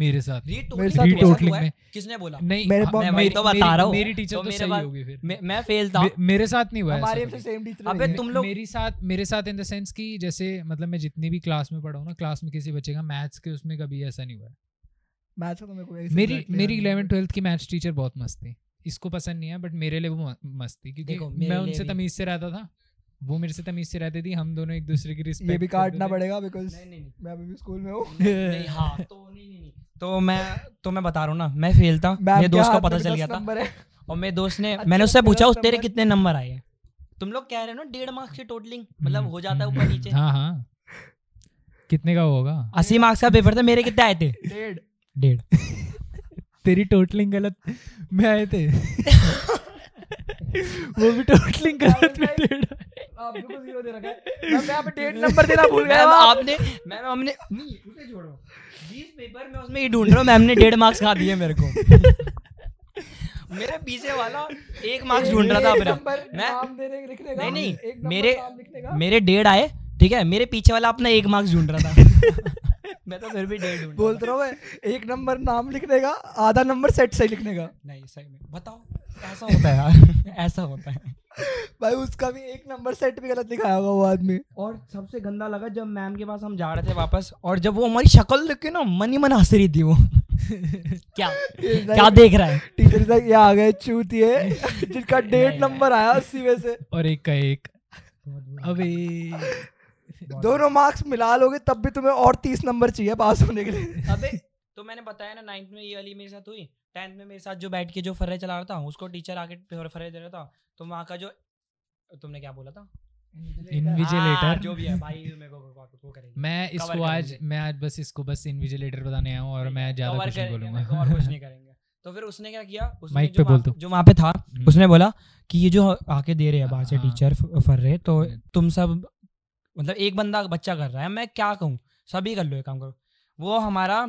[SPEAKER 1] मेरे साथ
[SPEAKER 2] मेरे
[SPEAKER 3] रीटोटलिंग
[SPEAKER 2] साथ
[SPEAKER 1] री
[SPEAKER 2] हुआ है?
[SPEAKER 1] टोटलिंग में
[SPEAKER 3] किसने बोला
[SPEAKER 1] नहीं
[SPEAKER 2] मेरे
[SPEAKER 1] हाँ,
[SPEAKER 2] पास-
[SPEAKER 1] मैं
[SPEAKER 2] मैं
[SPEAKER 3] वही
[SPEAKER 1] मेरी-
[SPEAKER 3] तो बता
[SPEAKER 1] मेरी-
[SPEAKER 3] रहा हूँ।
[SPEAKER 1] मेरी टीचर
[SPEAKER 3] तो
[SPEAKER 1] तो
[SPEAKER 3] मेरे
[SPEAKER 1] सही
[SPEAKER 3] पास-
[SPEAKER 1] होगी फिर
[SPEAKER 3] मे- मैं फेल था
[SPEAKER 1] मे- मेरे साथ नहीं हुआ ऐसा
[SPEAKER 2] हमारी
[SPEAKER 1] कभी।
[SPEAKER 2] सेम टीचर
[SPEAKER 3] अबे
[SPEAKER 1] मे-
[SPEAKER 3] तुम लोग-
[SPEAKER 1] मेरी साथ मेरे साथ इन द सेंस कि जैसे मतलब मैं जितनी भी क्लास में पढ़ा हूँ ना क्लास में किसी बच्चे का मैथ्स के उसमें कभी ऐसा नहीं हुआ है।
[SPEAKER 2] मैच का तो मेरे को
[SPEAKER 1] मेरी मेरी 11 12th की मैथ्स टीचर बहुत मस्त थी इसको पसंद नहीं है बट मेरे लिए वो म- मस्त थी क्योंकि
[SPEAKER 3] देखो, मेरे
[SPEAKER 1] मैं
[SPEAKER 3] लिए
[SPEAKER 1] उनसे
[SPEAKER 3] भी।
[SPEAKER 1] तमीज से रहता था वो मेरे से तमीज से रहती थी हम दोनों एक दूसरे की रिस्पेक्ट
[SPEAKER 2] ये भी काटना पड़ेगा बिकॉज
[SPEAKER 3] नहीं, नहीं, नहीं।
[SPEAKER 2] मैं अभी भी स्कूल में हूँ
[SPEAKER 3] नहीं, हाँ, तो नहीं, नहीं, नहीं। तो मैं तो मैं बता रहा हूँ ना मैं फेल था
[SPEAKER 2] मैम
[SPEAKER 3] मेरे
[SPEAKER 2] के
[SPEAKER 3] दोस्त को
[SPEAKER 2] हाथ में
[SPEAKER 3] पता
[SPEAKER 2] भी
[SPEAKER 3] चल
[SPEAKER 2] दस
[SPEAKER 3] गया था
[SPEAKER 2] नंबर है
[SPEAKER 3] और मेरे दोस्त ने
[SPEAKER 2] अच्छा,
[SPEAKER 3] मैंने उससे
[SPEAKER 2] तेरा
[SPEAKER 3] पूछा उस तेरे
[SPEAKER 2] नंबर-
[SPEAKER 3] कितने नंबर आए हैं तुम लोग कह रहे हो ना डेढ़ मार्क्स की टोटलिंग मतलब हो जाता है ऊपर नीचे
[SPEAKER 1] हाँ हाँ कितने का होगा
[SPEAKER 3] अस्सी मार्क्स का पेपर था मेरे कितने आए थे
[SPEAKER 2] डेढ़
[SPEAKER 3] डेढ़
[SPEAKER 1] तेरी टोटलिंग गलत में आए थे वो भी टोटलिंग गलत में डेढ़
[SPEAKER 2] आपको तो जीरो दे रखा है मैं- मैं आप डेढ़ नंबर देना भूल गया
[SPEAKER 3] मैम,
[SPEAKER 2] था।
[SPEAKER 3] आपने मैम हमने नहीं उसे छोड़ो बीस पेपर में उसमें ये ढूंढ रहा हूँ मैम ने डेढ़ मार्क्स खा दिए मेरे को मेरे पीछे वाला एक मार्क्स
[SPEAKER 2] एक-
[SPEAKER 3] ढूंढ रहा था
[SPEAKER 2] एक
[SPEAKER 3] मेरा
[SPEAKER 2] नंबर
[SPEAKER 3] मैं
[SPEAKER 2] नाम देने लिखने का
[SPEAKER 3] नहीं नहीं
[SPEAKER 2] एक नंबर
[SPEAKER 3] मेरे
[SPEAKER 2] नाम लिखने का।
[SPEAKER 3] मेरे डेढ़ आए ठीक है मेरे पीछे वाला अपना एक मार्क्स ढूंढ रहा था मैं तो फिर भी डेढ़ ढूंढ रहा
[SPEAKER 2] बोलते रहो मैं एक नंबर नाम लिखने का आधा नंबर सेट सही लिखने का
[SPEAKER 3] था। नहीं सही में बताओ ऐसा होता है यार ऐसा होता है
[SPEAKER 2] भाई उसका भी एक नंबर सेट भी गलत लिखाया होगा वो आदमी
[SPEAKER 3] और सबसे गंदा लगा जब मैम के पास हम जा रहे थे वापस और जब वो हमारी शक्ल देख के ना मन ही मन हंस रही थी वो क्या क्या देख रहा है
[SPEAKER 2] टीचर तक ये आ गए चूतिए जिनका डेढ़
[SPEAKER 3] नहीं,
[SPEAKER 2] नंबर आया अस्सी में से
[SPEAKER 1] और एक का एक अबे
[SPEAKER 2] दोनों मार्क्स मिला लोगे तब भी तुम्हें और तीस नंबर चाहिए पास होने के लिए
[SPEAKER 3] अबे तो मैंने बताया ना नाइन्थ में ये वाली मेरे साथ हुई टेंथ में मेरे साथ जो बैठ के जो फर्रे चला रहा था उसको टीचर आके फर- फर्रे दे रहा था तो वहाँ का जो तुमने क्या बोला था हाँ,
[SPEAKER 1] इनविजिलेटर
[SPEAKER 3] जो भी है भाई मेरे को को- को- को करेगी
[SPEAKER 1] मैं इसको
[SPEAKER 3] कर
[SPEAKER 1] आज
[SPEAKER 3] लेंगे।
[SPEAKER 1] मैं आज बस इसको बस इनविजिलेटर बताने आया हूँ और
[SPEAKER 3] ठीक
[SPEAKER 1] मैं
[SPEAKER 3] है,
[SPEAKER 1] ज्यादा
[SPEAKER 3] cover
[SPEAKER 1] कुछ नहीं बोलूंगा
[SPEAKER 3] करेंगे, मेरे को और कुछ नहीं करेंगे तो फिर उसने क्या किया उसने
[SPEAKER 1] Mic
[SPEAKER 3] जो
[SPEAKER 1] पे बोल
[SPEAKER 3] वहाँ-
[SPEAKER 1] दो।
[SPEAKER 3] जो वहां पे था
[SPEAKER 1] हम्म।
[SPEAKER 3] उसने बोला कि ये जो आके दे रहे हैं बाहर से
[SPEAKER 1] हाँ।
[SPEAKER 3] टीचर फर रहे तो
[SPEAKER 1] हम्म।
[SPEAKER 3] तुम सब मतलब एक बंदा बच्चा कर रहा है मैं क्या कहूँ सभी कर लो ये काम करो वो हमारा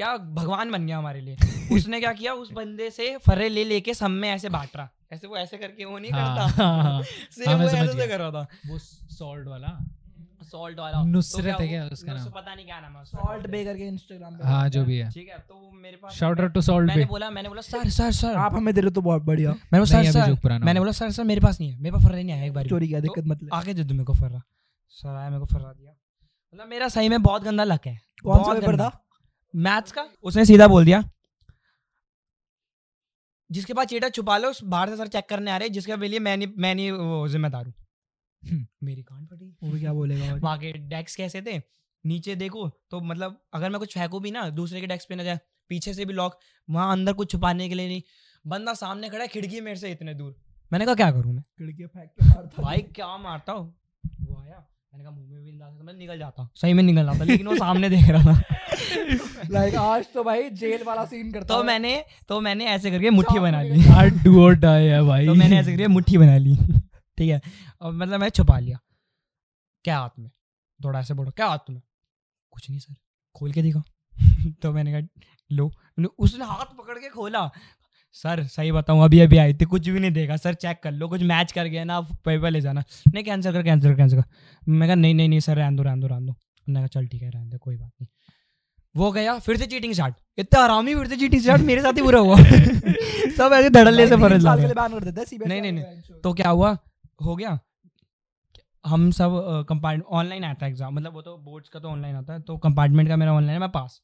[SPEAKER 3] क्या भगवान बन गया हमारे लिए उसने क्या किया उस बंदे से फर्रे ले लेके सब में ऐसे बांट रहा ऐसे वो ऐसे करके वो नहीं
[SPEAKER 1] हाँ,
[SPEAKER 3] करता
[SPEAKER 1] हाँ, हाँ।
[SPEAKER 3] सेम
[SPEAKER 1] हाँ, मैं
[SPEAKER 3] वो
[SPEAKER 1] समझ
[SPEAKER 3] ऐसे
[SPEAKER 1] गया।
[SPEAKER 3] कर रहा था
[SPEAKER 1] वो सॉल्ट वाला
[SPEAKER 3] सॉल्ट वाला
[SPEAKER 1] नुसरत है
[SPEAKER 3] तो वो-
[SPEAKER 1] क्या उसका
[SPEAKER 3] नुस-
[SPEAKER 1] नाम?
[SPEAKER 3] पता नहीं क्या नाम है उसका।
[SPEAKER 2] सॉल्ट बे करके इंस्टाग्राम पे
[SPEAKER 1] हाँ जो भी है
[SPEAKER 3] ठीक है तो वो मेरे पास
[SPEAKER 1] शाउट टू सॉल्ट
[SPEAKER 3] मैंने
[SPEAKER 1] बे
[SPEAKER 3] बोला मैंने बोला सर सर सर
[SPEAKER 2] आप हमें दे रहे हो तो बहुत बढ़िया
[SPEAKER 3] मैंने बोला
[SPEAKER 1] नहीं,
[SPEAKER 3] सर
[SPEAKER 1] अभी
[SPEAKER 3] सर
[SPEAKER 1] जोक पुराना
[SPEAKER 3] मैंने
[SPEAKER 1] हो
[SPEAKER 3] बोला सर सर मेरे पास नहीं है मेरे पास फर्रा नहीं आया एक बार भी
[SPEAKER 2] चोरी क्या दिक्कत मत ले
[SPEAKER 3] आके दे दो मेरे को फर्रा सर आया मेरे को फर्रा दिया मतलब मेरा सही में बहुत गंदा लक है
[SPEAKER 2] कौन सा
[SPEAKER 3] बहुत
[SPEAKER 2] पेपर
[SPEAKER 3] गंदा।
[SPEAKER 2] था
[SPEAKER 3] मैथ्स का उसने सीधा बोल दिया जिसके पास चेटा छुपा लो उस बाहर से सर चेक करने आ रहे हैं, जिसके लिए मैं नहीं मैं नहीं वो जिम्मेदार हूँ
[SPEAKER 1] हम्म।
[SPEAKER 3] मेरी कान फटी
[SPEAKER 2] वो भी क्या बोलेगा और?
[SPEAKER 3] वहाँ के डेस्क कैसे थे नीचे देखो तो मतलब अगर मैं कुछ फेंकू भी ना दूसरे के डेस्क पे ना जाए पीछे से भी लॉक वहाँ अंदर कुछ छुपाने के लिए नहीं बंदा सामने खड़ा है खिड़की है मेरे से इतने दूर मैंने कहा क्या करूँ मैं
[SPEAKER 2] खिड़की फेंक के मारता
[SPEAKER 3] भाई क्या मारता हो वो आया मैंने कहा मुंह में भी अंदाजा मैं निकल जाता सही में निकल जाता लेकिन वो सामने देख रहा था
[SPEAKER 2] लाइक आज तो भाई जेल वाला सीन करता
[SPEAKER 3] तो
[SPEAKER 2] है।
[SPEAKER 3] मैंने तो मैंने ऐसे करके मुट्ठी बना ली
[SPEAKER 1] आर डू और डाई है भाई
[SPEAKER 3] तो मैंने ऐसे करके मुट्ठी बना ली ठीक है और मतलब मैं छुपा लिया क्या हाथ में थोड़ा ऐसे बोलो क्या हाथ में कुछ नहीं सर खोल के दिखा तो मैंने कहा लो मैंने- उसने हाथ पकड़ के खोला सर सही बताऊं अभी अभी आई थी कुछ भी नहीं देखा सर चेक कर लो कुछ मैच कर गया ना आप पेपर ले जाना नहीं कैंसिल कर कैंसिल कर कैंसिल कर मैं कहा नहीं नहीं नहीं सर रहने दो रहने दो रहने दो मैंने कहा चल ठीक है रहने दो कोई बात नहीं वो गया फिर से चीटिंग स्टार्ट इतना आरामी फिर से चीटिंग स्टार्ट मेरे साथ ही बुरा हुआ सब ऐसे धड़ल्ले से
[SPEAKER 2] भाई,
[SPEAKER 3] फर्ज
[SPEAKER 2] तीन
[SPEAKER 3] ला
[SPEAKER 2] साल के
[SPEAKER 3] रहे हैं।
[SPEAKER 2] लिए बैन कर देते हैं CBSE
[SPEAKER 3] नहीं,
[SPEAKER 2] वाले
[SPEAKER 3] नहीं, नहीं।
[SPEAKER 2] bench पे।
[SPEAKER 3] तो क्या हुआ हो गया हम सब कंपार्ट ऑनलाइन आता है एग्जाम मतलब वो तो बोर्ड्स का तो ऑनलाइन आता है तो कंपार्टमेंट का मेरा ऑनलाइन है मैं पास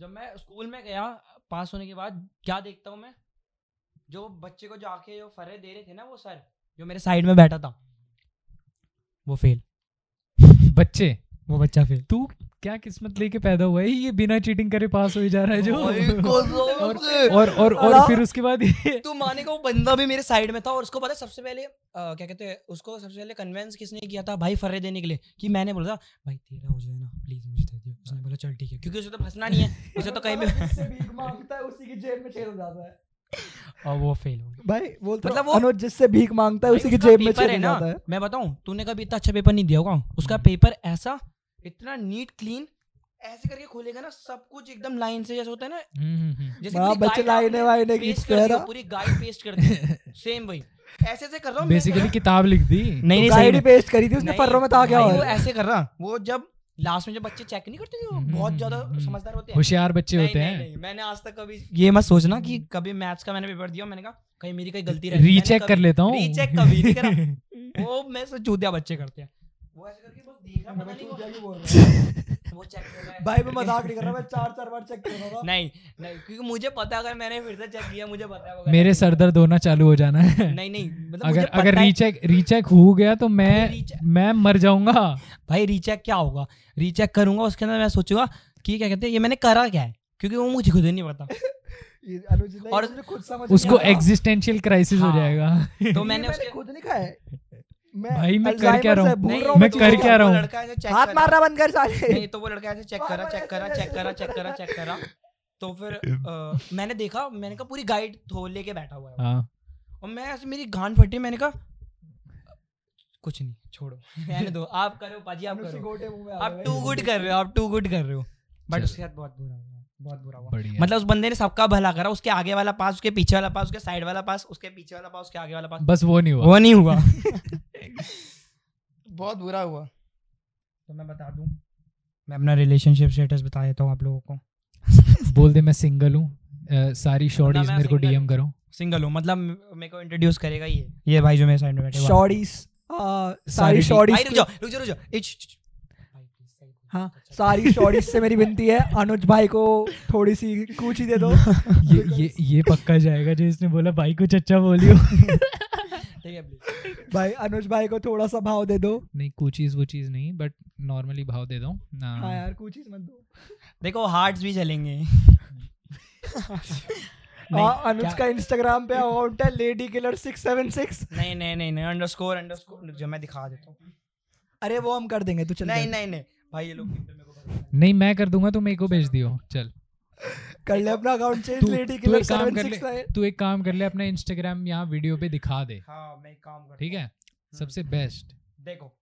[SPEAKER 3] जब मैं स्कूल में गया पास होने के बाद क्या देखता हूँ मैं जो बच्चे को जो आके जो फरे दे रहे थे ना वो सर जो मेरे साइड में बैठा था वो फेल
[SPEAKER 1] बच्चे
[SPEAKER 3] वो बच्चा फेल
[SPEAKER 1] तू क्या किस्मत लेके पैदा हुआ है ये बिना चीटिंग करे पास हो ही जा रहा है जो और और और
[SPEAKER 2] अला-
[SPEAKER 3] हाँ।
[SPEAKER 1] फिर उसके बाद ये- हम्म,
[SPEAKER 3] तू मानेगा तो वो बंदा भी मेरे साइड में था और उसको पता है सबसे पहले अ, क्या कहते हैं उसको सबसे पहले कन्वेंस किसने किया था भाई फर्रे देने के लिए कि मैंने बोला था भाई तेरा हो जाए ना प्लीज मुझे दे दियो उसने बोला चल ठीक है क्योंकि उसे तो फंसना नहीं है उसे तो कहीं भी
[SPEAKER 2] जिससे भीख मांगता है उसी की जेब में छेद हो जाता है
[SPEAKER 3] और वो फेल हो गया
[SPEAKER 2] भाई बोलता
[SPEAKER 3] मतलब
[SPEAKER 2] मतलब
[SPEAKER 3] वो-
[SPEAKER 2] अनुज जिससे भीख मांगता है
[SPEAKER 3] भाई
[SPEAKER 2] उसी की
[SPEAKER 3] उसका
[SPEAKER 2] जेब में
[SPEAKER 3] paper
[SPEAKER 2] छेद
[SPEAKER 3] है
[SPEAKER 2] हो
[SPEAKER 3] ना।
[SPEAKER 2] जाता है
[SPEAKER 3] मैं बताऊं तूने कभी इतना अच्छा पेपर नहीं दिया होगा उसका पेपर ऐसा इतना नीट क्लीन ऐसे करके खोलेगा ना सब कुछ एकदम लाइन से जैसे होता है ना
[SPEAKER 1] हम्म, हम्म,
[SPEAKER 3] जैसे
[SPEAKER 2] माँ
[SPEAKER 3] पूरी
[SPEAKER 2] बच्चे
[SPEAKER 3] guide आपने
[SPEAKER 2] लाइने वाइने
[SPEAKER 3] paste
[SPEAKER 2] खींचते
[SPEAKER 3] कर
[SPEAKER 2] हैं
[SPEAKER 3] दी हो,
[SPEAKER 2] ना
[SPEAKER 3] पूरी गाइड पेस्ट कर दी सेम वही ऐसे ऐसे कर रहा
[SPEAKER 1] हम्म।
[SPEAKER 3] हूँ
[SPEAKER 1] बेसिकली किताब लिख दी
[SPEAKER 3] तो नहीं नहीं सही
[SPEAKER 2] गाइड
[SPEAKER 3] में।
[SPEAKER 2] पेस्ट करी थी उसने
[SPEAKER 3] नहीं,
[SPEAKER 2] फर्रों में था क्या
[SPEAKER 3] भाई
[SPEAKER 2] और
[SPEAKER 3] वो ऐसे कर रहा वो जब लास्ट में जो बच्चे चेक नहीं करते जो
[SPEAKER 1] हम्म,
[SPEAKER 3] बहुत
[SPEAKER 1] हम्म,
[SPEAKER 3] ज्यादा
[SPEAKER 1] हम्म,
[SPEAKER 3] समझदार होते हैं
[SPEAKER 1] होशियार बच्चे
[SPEAKER 3] नहीं,
[SPEAKER 1] होते
[SPEAKER 3] नहीं,
[SPEAKER 1] हैं
[SPEAKER 3] नहीं, मैंने आज तक कभी ये मत सोचना कि कभी मैथ्स का मैंने पेपर दिया मैंने कहा कहीं मेरी कहीं गलती रह
[SPEAKER 1] रीचेक कर लेता हूँ
[SPEAKER 3] रीचेक कभी नहीं करा वो मैं से चूतिया बच्चे करते हैं वो ऐसे करके बस देखा पता नहीं वो- वो चेक कर रहा है
[SPEAKER 2] भाई मैं मजाक नहीं कर रहा मैं चार चार बार चेक कर रहा था
[SPEAKER 3] नहीं नहीं क्योंकि मुझे पता अगर मैंने फिर से चेक किया मुझे पता है वो गलत
[SPEAKER 1] मेरे
[SPEAKER 3] है।
[SPEAKER 1] सर दर्द होना चालू हो जाना है
[SPEAKER 3] नहीं नहीं मतलब
[SPEAKER 1] अगर
[SPEAKER 3] मुझे
[SPEAKER 1] अगर
[SPEAKER 3] पता है-
[SPEAKER 1] रीचेक रीचेक हो गया तो मैं
[SPEAKER 3] recheck-
[SPEAKER 1] मैं मर जाऊंगा
[SPEAKER 3] भाई रीचेक क्या होगा रीचेक करूंगा उसके अंदर मैं सोचूंगा कि क्या कहते हैं ये मैंने करा क्या है क्योंकि वो मुझे खुद ही नहीं पता
[SPEAKER 2] ये अनुज ने
[SPEAKER 3] और
[SPEAKER 2] मुझे खुद समझ
[SPEAKER 1] उसको
[SPEAKER 2] नहीं आया।
[SPEAKER 1] एग्जिस्टेंशियल क्राइसिस हो
[SPEAKER 3] हाँ।
[SPEAKER 1] जाएगा
[SPEAKER 3] तो
[SPEAKER 2] ये
[SPEAKER 3] मैंने उसके
[SPEAKER 2] खुद लिखा है मैं
[SPEAKER 1] भाई, मैं कर क्या
[SPEAKER 2] Alzheimer
[SPEAKER 1] रहा
[SPEAKER 2] से
[SPEAKER 1] हूँ?
[SPEAKER 2] भूल
[SPEAKER 3] नहीं, तो
[SPEAKER 2] रहा हूँ
[SPEAKER 1] मैं
[SPEAKER 2] चीज़ों
[SPEAKER 1] कर
[SPEAKER 2] को।
[SPEAKER 1] क्या रहा
[SPEAKER 3] वो
[SPEAKER 1] हूँ?
[SPEAKER 3] लड़का ऐसे check
[SPEAKER 2] हाथ
[SPEAKER 3] कर-
[SPEAKER 2] मारना बंद कर साले
[SPEAKER 3] नहीं तो वो लड़का ऐसे चेक करा चेक करा चेक करा चेक करा चेक करा तो फिर अ, मैंने देखा मैंने कहा पूरी गाइड धो लेके बैठा हुआ है वो।
[SPEAKER 1] हाँ
[SPEAKER 3] और मैं ऐसे मेरी घान फटी मैंने कहा कुछ नहीं छोड़ो मैंने दो आप करो पाजी आप
[SPEAKER 2] अनुज के
[SPEAKER 3] करो
[SPEAKER 2] गोटे मुंह में आ
[SPEAKER 3] आप
[SPEAKER 2] गए
[SPEAKER 3] टू
[SPEAKER 2] भाई।
[SPEAKER 3] गुड कर रहे हो आप टू गुड कर रहे हो बट
[SPEAKER 1] चलो।
[SPEAKER 3] उसके साथ बहुत बुरा हुआ बहुत बुरा हुआ
[SPEAKER 1] बढ़िया
[SPEAKER 3] मतलब उस बंदे ने सबका भला करा उसके आगे वाला पास उसके पीछे वाला पास उसके साइड वाला पास उसके पीछे वाला पास उसके आगे वाला पास
[SPEAKER 1] बस वो नहीं हुआ
[SPEAKER 3] वो नहीं हुआ बहुत बुरा हुआ तो मैं बता दूं मैं अपना रिलेशनशिप स्टेटस बता देता हूँ आप लोगों को
[SPEAKER 1] बोल दे मैं सिंगल हूँ सारी शॉर्टीज
[SPEAKER 3] मतलब मैं
[SPEAKER 1] मेरे को
[SPEAKER 3] single
[SPEAKER 1] डीएम
[SPEAKER 3] हूँ।
[SPEAKER 1] करो
[SPEAKER 3] सिंगल हूँ मतलब मेरे को इंट्रोड्यूस करेगा ये ये भाई जो मेरे साइड में बैठे हुआ है।
[SPEAKER 2] शॉर्टीज आ, सारी
[SPEAKER 1] डी-
[SPEAKER 2] शॉर्टीज
[SPEAKER 3] भाई रुक जाओ रुक जाओ रुक जाओ ए, श, श, श। भाई, please, सही बोलो।
[SPEAKER 2] हाँ
[SPEAKER 3] अच्छा,
[SPEAKER 2] सारी शॉर्टीज से मेरी विनती है अनुज भाई को थोड़ी सी कूची दे दो
[SPEAKER 1] ये ये ये पक्का जाएगा जो इसने बोला भाई कुछ अच्छा बोलियो
[SPEAKER 3] ठीक है please।
[SPEAKER 2] भाई अनुज भाई को थोड़ा सा भाव दे दो
[SPEAKER 1] नहीं कुछ चीज वो चीज नहीं बट नॉर्मली भाव दे दो
[SPEAKER 2] हाँ
[SPEAKER 1] ना
[SPEAKER 2] यार कूचीज मत दो
[SPEAKER 3] देखो हार्ट्स भी चलेंगे नहीं,
[SPEAKER 2] हाँ अनुज
[SPEAKER 3] क्या-
[SPEAKER 2] का इंस्टाग्राम पे अकाउंट है lady killer six seven six
[SPEAKER 3] नहीं नहीं नहीं नहीं अंडरस्कोर अंडरस्कोर जो मैं दिखा देता हूँ
[SPEAKER 2] अरे वो हम कर देंगे तू चल
[SPEAKER 3] नहीं
[SPEAKER 2] कर।
[SPEAKER 3] नहीं नहीं भाई ये लोग मेरे को भरोसा नहीं।
[SPEAKER 1] नहीं मैं कर दूंगा तो मेरे को भेज दियो चल
[SPEAKER 2] कर ले अपना अकाउंट चेंज
[SPEAKER 1] तू
[SPEAKER 2] लेडी
[SPEAKER 1] तू
[SPEAKER 2] किलर
[SPEAKER 1] एक काम कर
[SPEAKER 2] सेवन सिक्स
[SPEAKER 1] ले तू एक काम कर ले अपना इंस्टाग्राम यहाँ वीडियो पे दिखा दे
[SPEAKER 3] हाँ मैं एक काम करता
[SPEAKER 1] ठीक
[SPEAKER 3] हूँ।
[SPEAKER 1] है सबसे बेस्ट
[SPEAKER 3] देखो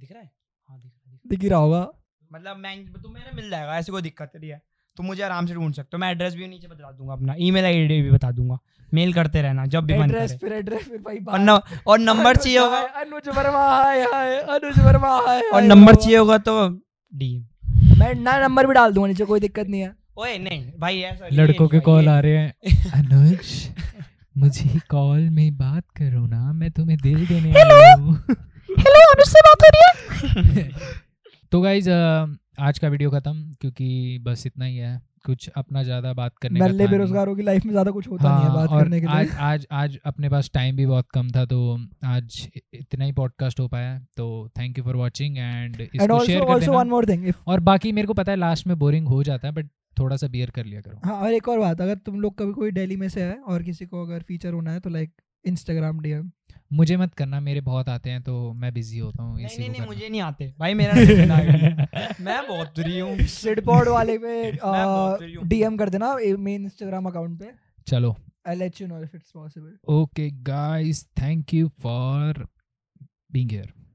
[SPEAKER 3] दिख रहा है हाँ दिख रहा है दिख रहा
[SPEAKER 2] दिख ही रहा होगा
[SPEAKER 3] है। मतलब मैं तुम्हें ना मिल जाएगा ऐसी कोई दिक्कत नहीं है तुम मुझे आराम से ढूंढ सकते हो मैं एड्रेस भी नीचे बता दूंगा अपना ईमेल आईडी भी बता दूंगा मेल करते रहना जब भी मन
[SPEAKER 2] एड्रेस
[SPEAKER 1] तो
[SPEAKER 3] करे
[SPEAKER 2] फिर एड्रेस फिर भाई
[SPEAKER 3] और
[SPEAKER 2] बात।
[SPEAKER 3] न, और नंबर
[SPEAKER 2] अनुज
[SPEAKER 3] चाहिए होगा
[SPEAKER 2] हाय, अनुज वर्मा हाय हाय अनुज वर्मा हाय
[SPEAKER 3] और
[SPEAKER 2] हाय,
[SPEAKER 3] नंबर
[SPEAKER 2] वर्मा।
[SPEAKER 3] चाहिए होगा तो डीएम
[SPEAKER 2] मैं ना नंबर भी डाल दूंगा नीचे कोई दिक्कत नहीं है
[SPEAKER 3] ओए नहीं भाई ऐसा ये
[SPEAKER 1] लड़कों
[SPEAKER 3] नहीं
[SPEAKER 1] के
[SPEAKER 3] भाई,
[SPEAKER 1] कॉल
[SPEAKER 3] ये
[SPEAKER 1] आ रहे हैं अनुज मुझे कॉल में बात करो ना मैं तुम्हें दिल देने आया हूँ
[SPEAKER 2] हेलो अनुज से बात हो रही है
[SPEAKER 1] तो गाइज आज का वीडियो खत्म क्योंकि बस इतना ही है कुछ अपना ज्यादा बात करने का
[SPEAKER 2] नल्ले
[SPEAKER 1] था नहीं। हाँ,
[SPEAKER 2] बेरोजगारों की लाइफ में ज्यादा कुछ होता नहीं है बात
[SPEAKER 1] और
[SPEAKER 2] करने के
[SPEAKER 1] आज
[SPEAKER 2] लिए
[SPEAKER 1] आज आज अपने पास टाइम भी बहुत कम था तो आज इ- इतना ही पॉडकास्ट हो पाया तो thank you for watching and
[SPEAKER 2] and
[SPEAKER 1] इसको शेयर
[SPEAKER 2] ऑल्सो
[SPEAKER 1] कर
[SPEAKER 2] ऑल्सो वन
[SPEAKER 1] देना
[SPEAKER 2] मोर थिंग
[SPEAKER 1] और बाकी मेरे को पता है लास्ट में बोरिंग हो जाता है बट थोड़ा सा बियर कर लिया करो
[SPEAKER 2] हाँ और एक और बात अगर तुम लोग कभी कोई दिल्ली में से है और किसी को अगर फीचर होना है तो लाइक इंस्टाग्राम डीएम
[SPEAKER 1] मुझे मत करना मेरे बहुत आते हैं तो मैं बिजी होता हूँ
[SPEAKER 3] नहीं
[SPEAKER 1] इसी
[SPEAKER 3] नहीं
[SPEAKER 1] को
[SPEAKER 3] नहीं
[SPEAKER 1] करना।
[SPEAKER 3] मुझे नहीं आते भाई मेरा नहीं देखना है। मैं बहुत दुरी हूँ
[SPEAKER 2] सिडपॉड वाले
[SPEAKER 3] मैं
[SPEAKER 1] uh,
[SPEAKER 3] बहुत free
[SPEAKER 2] पे
[SPEAKER 3] हूँ।
[SPEAKER 2] डीएम कर देना मेन इंस्टाग्राम अकाउंट पे
[SPEAKER 1] चलो
[SPEAKER 2] I let you know if it's possible
[SPEAKER 1] okay guys thank you for being here